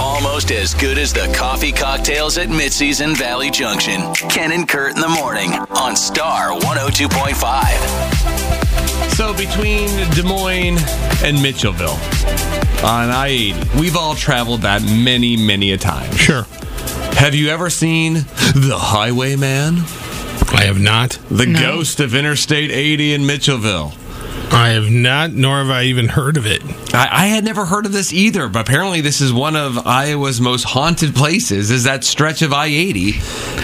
almost as good as the coffee cocktails at Mitzi's in Valley Junction. Ken and Kurt in the morning on Star 102.5. So between Des Moines and Mitchellville on I 80, we've all traveled that many, many a time. Sure. Have you ever seen The Highwayman? I have not. The ghost of Interstate 80 in Mitchellville. I have not, nor have I even heard of it. I, I had never heard of this either, but apparently this is one of Iowa's most haunted places. Is that stretch of I eighty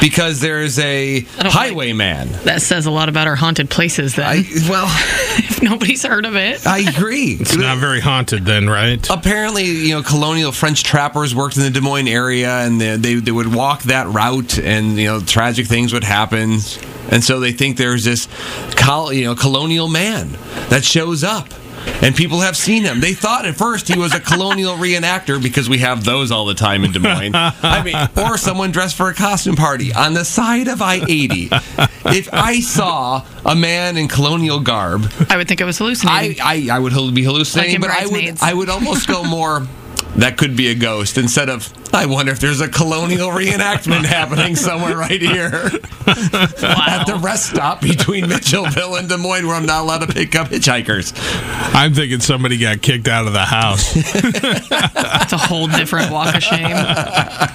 because there's a like- highwayman. That says a lot about our haunted places then. I well, if nobody's heard of it. I agree. It's not very haunted, then, right? Apparently, you know, colonial French trappers worked in the Des Moines area, and they, they they would walk that route, and you know, tragic things would happen, and so they think there's this, col- you know, colonial man that shows up. And people have seen him. They thought at first he was a colonial reenactor because we have those all the time in Des Moines. I mean, or someone dressed for a costume party on the side of I 80. If I saw a man in colonial garb I would think it was I, hallucinating. I, I would hol- be hallucinating, Like in but I would Bridesmaids. I would almost go more. That could be a ghost instead of. I wonder if there's a colonial reenactment happening somewhere right here at the rest stop between Mitchellville and Des Moines, where I'm not allowed to pick up hitchhikers. I'm thinking somebody got kicked out of the house. That's a whole different walk of shame.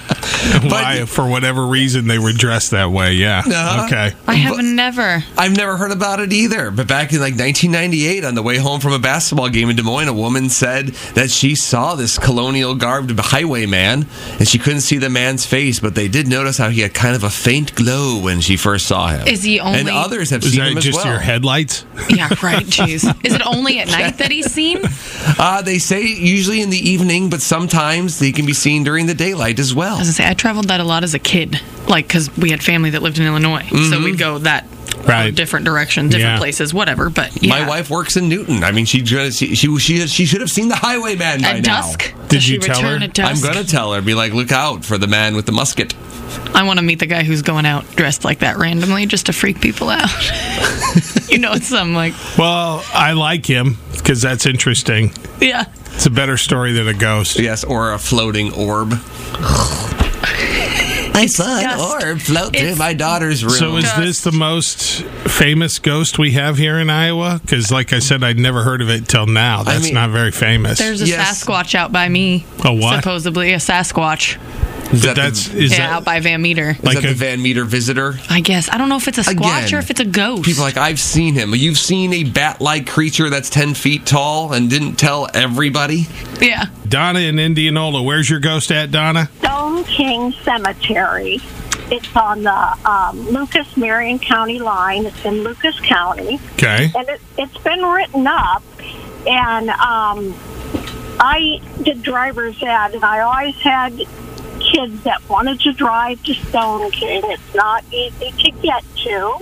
Why, for whatever reason, they were dressed that way. Yeah. Okay. I have never. I've never heard about it either. But back in like 1998, on the way home from a basketball game in Des Moines, a woman said that she saw this colonial garbed highwayman, and she couldn't see the man's face, but they did notice how he had kind of a faint glow when she first saw him. Is he only- And others have Is seen that him just as well. your headlights? Yeah, right. Jeez. Is it only at night that he's seen? Uh, they say usually in the evening, but sometimes they can be seen during the daylight as well. I was gonna say I traveled that a lot as a kid, like because we had family that lived in Illinois, so Mm-hmm. we'd go that Right. uh, different direction, different Yeah. places, whatever. But yeah. My wife works in Newton. I mean, she's gonna see, she she she should have seen the highwayman by at now. dusk. Did Does you she tell return her? At dusk? I'm gonna tell her, be like, look out for the man with the musket. I want to meet the guy who's going out dressed like that randomly, just to freak people out. you know, it's some like Well, I like him because that's interesting. yeah. It's a better story than a ghost. Yes, or a floating orb. I saw an dust. orb float through It's- my daughter's room. So is this the most famous ghost we have here in Iowa? Because, like I said, I'd never heard of it till now. That's mean- not very famous. There's a Yes. Sasquatch out by me. A what? Supposedly a Sasquatch. Is that the- that's is is yeah, that out by Van Meter. like that the a- Van Meter visitor? I guess I don't know if it's a squatch Again, or if it's a ghost. People are like I've seen him. You've seen a bat-like creature that's ten feet tall and didn't tell everybody. yeah. Donna in Indianola. Where's your ghost at, Donna? Stone King Cemetery. It's on the um, Lucas Marion County line. It's in Lucas County, Okay. and it, it's been written up. And um, I did driver's ed, and I always had kids that wanted to drive to Stone King. It's not easy to get to,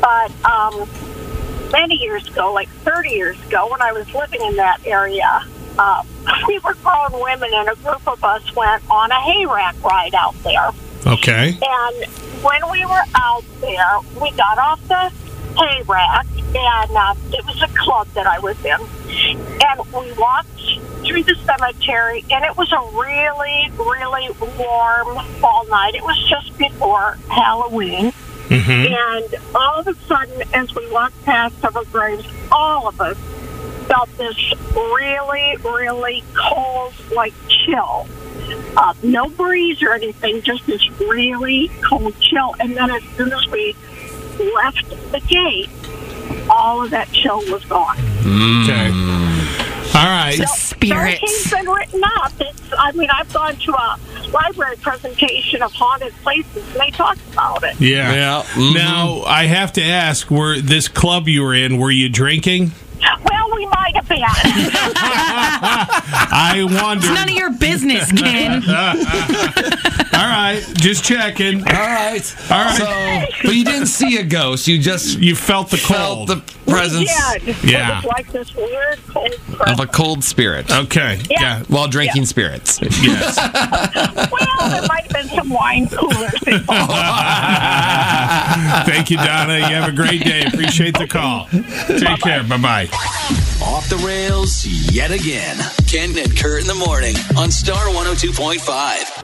but um, many years ago, like 30 years ago, when I was living in that area, uh, we were grown women, and a group of us went on a hayrack ride out there. Okay. And when we were out there, we got off the hay rack, and uh, it was a club that I was in. And we walked through the cemetery, and it was a really, really warm fall night. It was just before Halloween. And all of a sudden, as we walked past several graves, all of us felt this really, really cold, like chill uh, no breeze or anything, just this really cold chill. And then as soon as we left the gate, all of that chill was gone. Okay. All right. The has spirits. been written up. It's, I mean, I've gone to a library presentation of haunted places, and they talk about it. Yeah. Yeah, mhm. Now I have to ask: Were this club you were in? Were you drinking? Well, we might have been. I wonder. It's none of your business, Ken. All right, just checking. All right, All right. So, but you didn't see a ghost. You just You felt the felt cold. the presence We did. Yeah. It was like this weird cold of a cold spirit okay. Yeah. while drinking spirits. Yes. Well, there might have been some wine coolers involved. Thank you, Donna. You have a great day. Appreciate the call. Take care. Bye bye. off the oh rails yet again. Ken and Kurt in the morning on Star 102.5.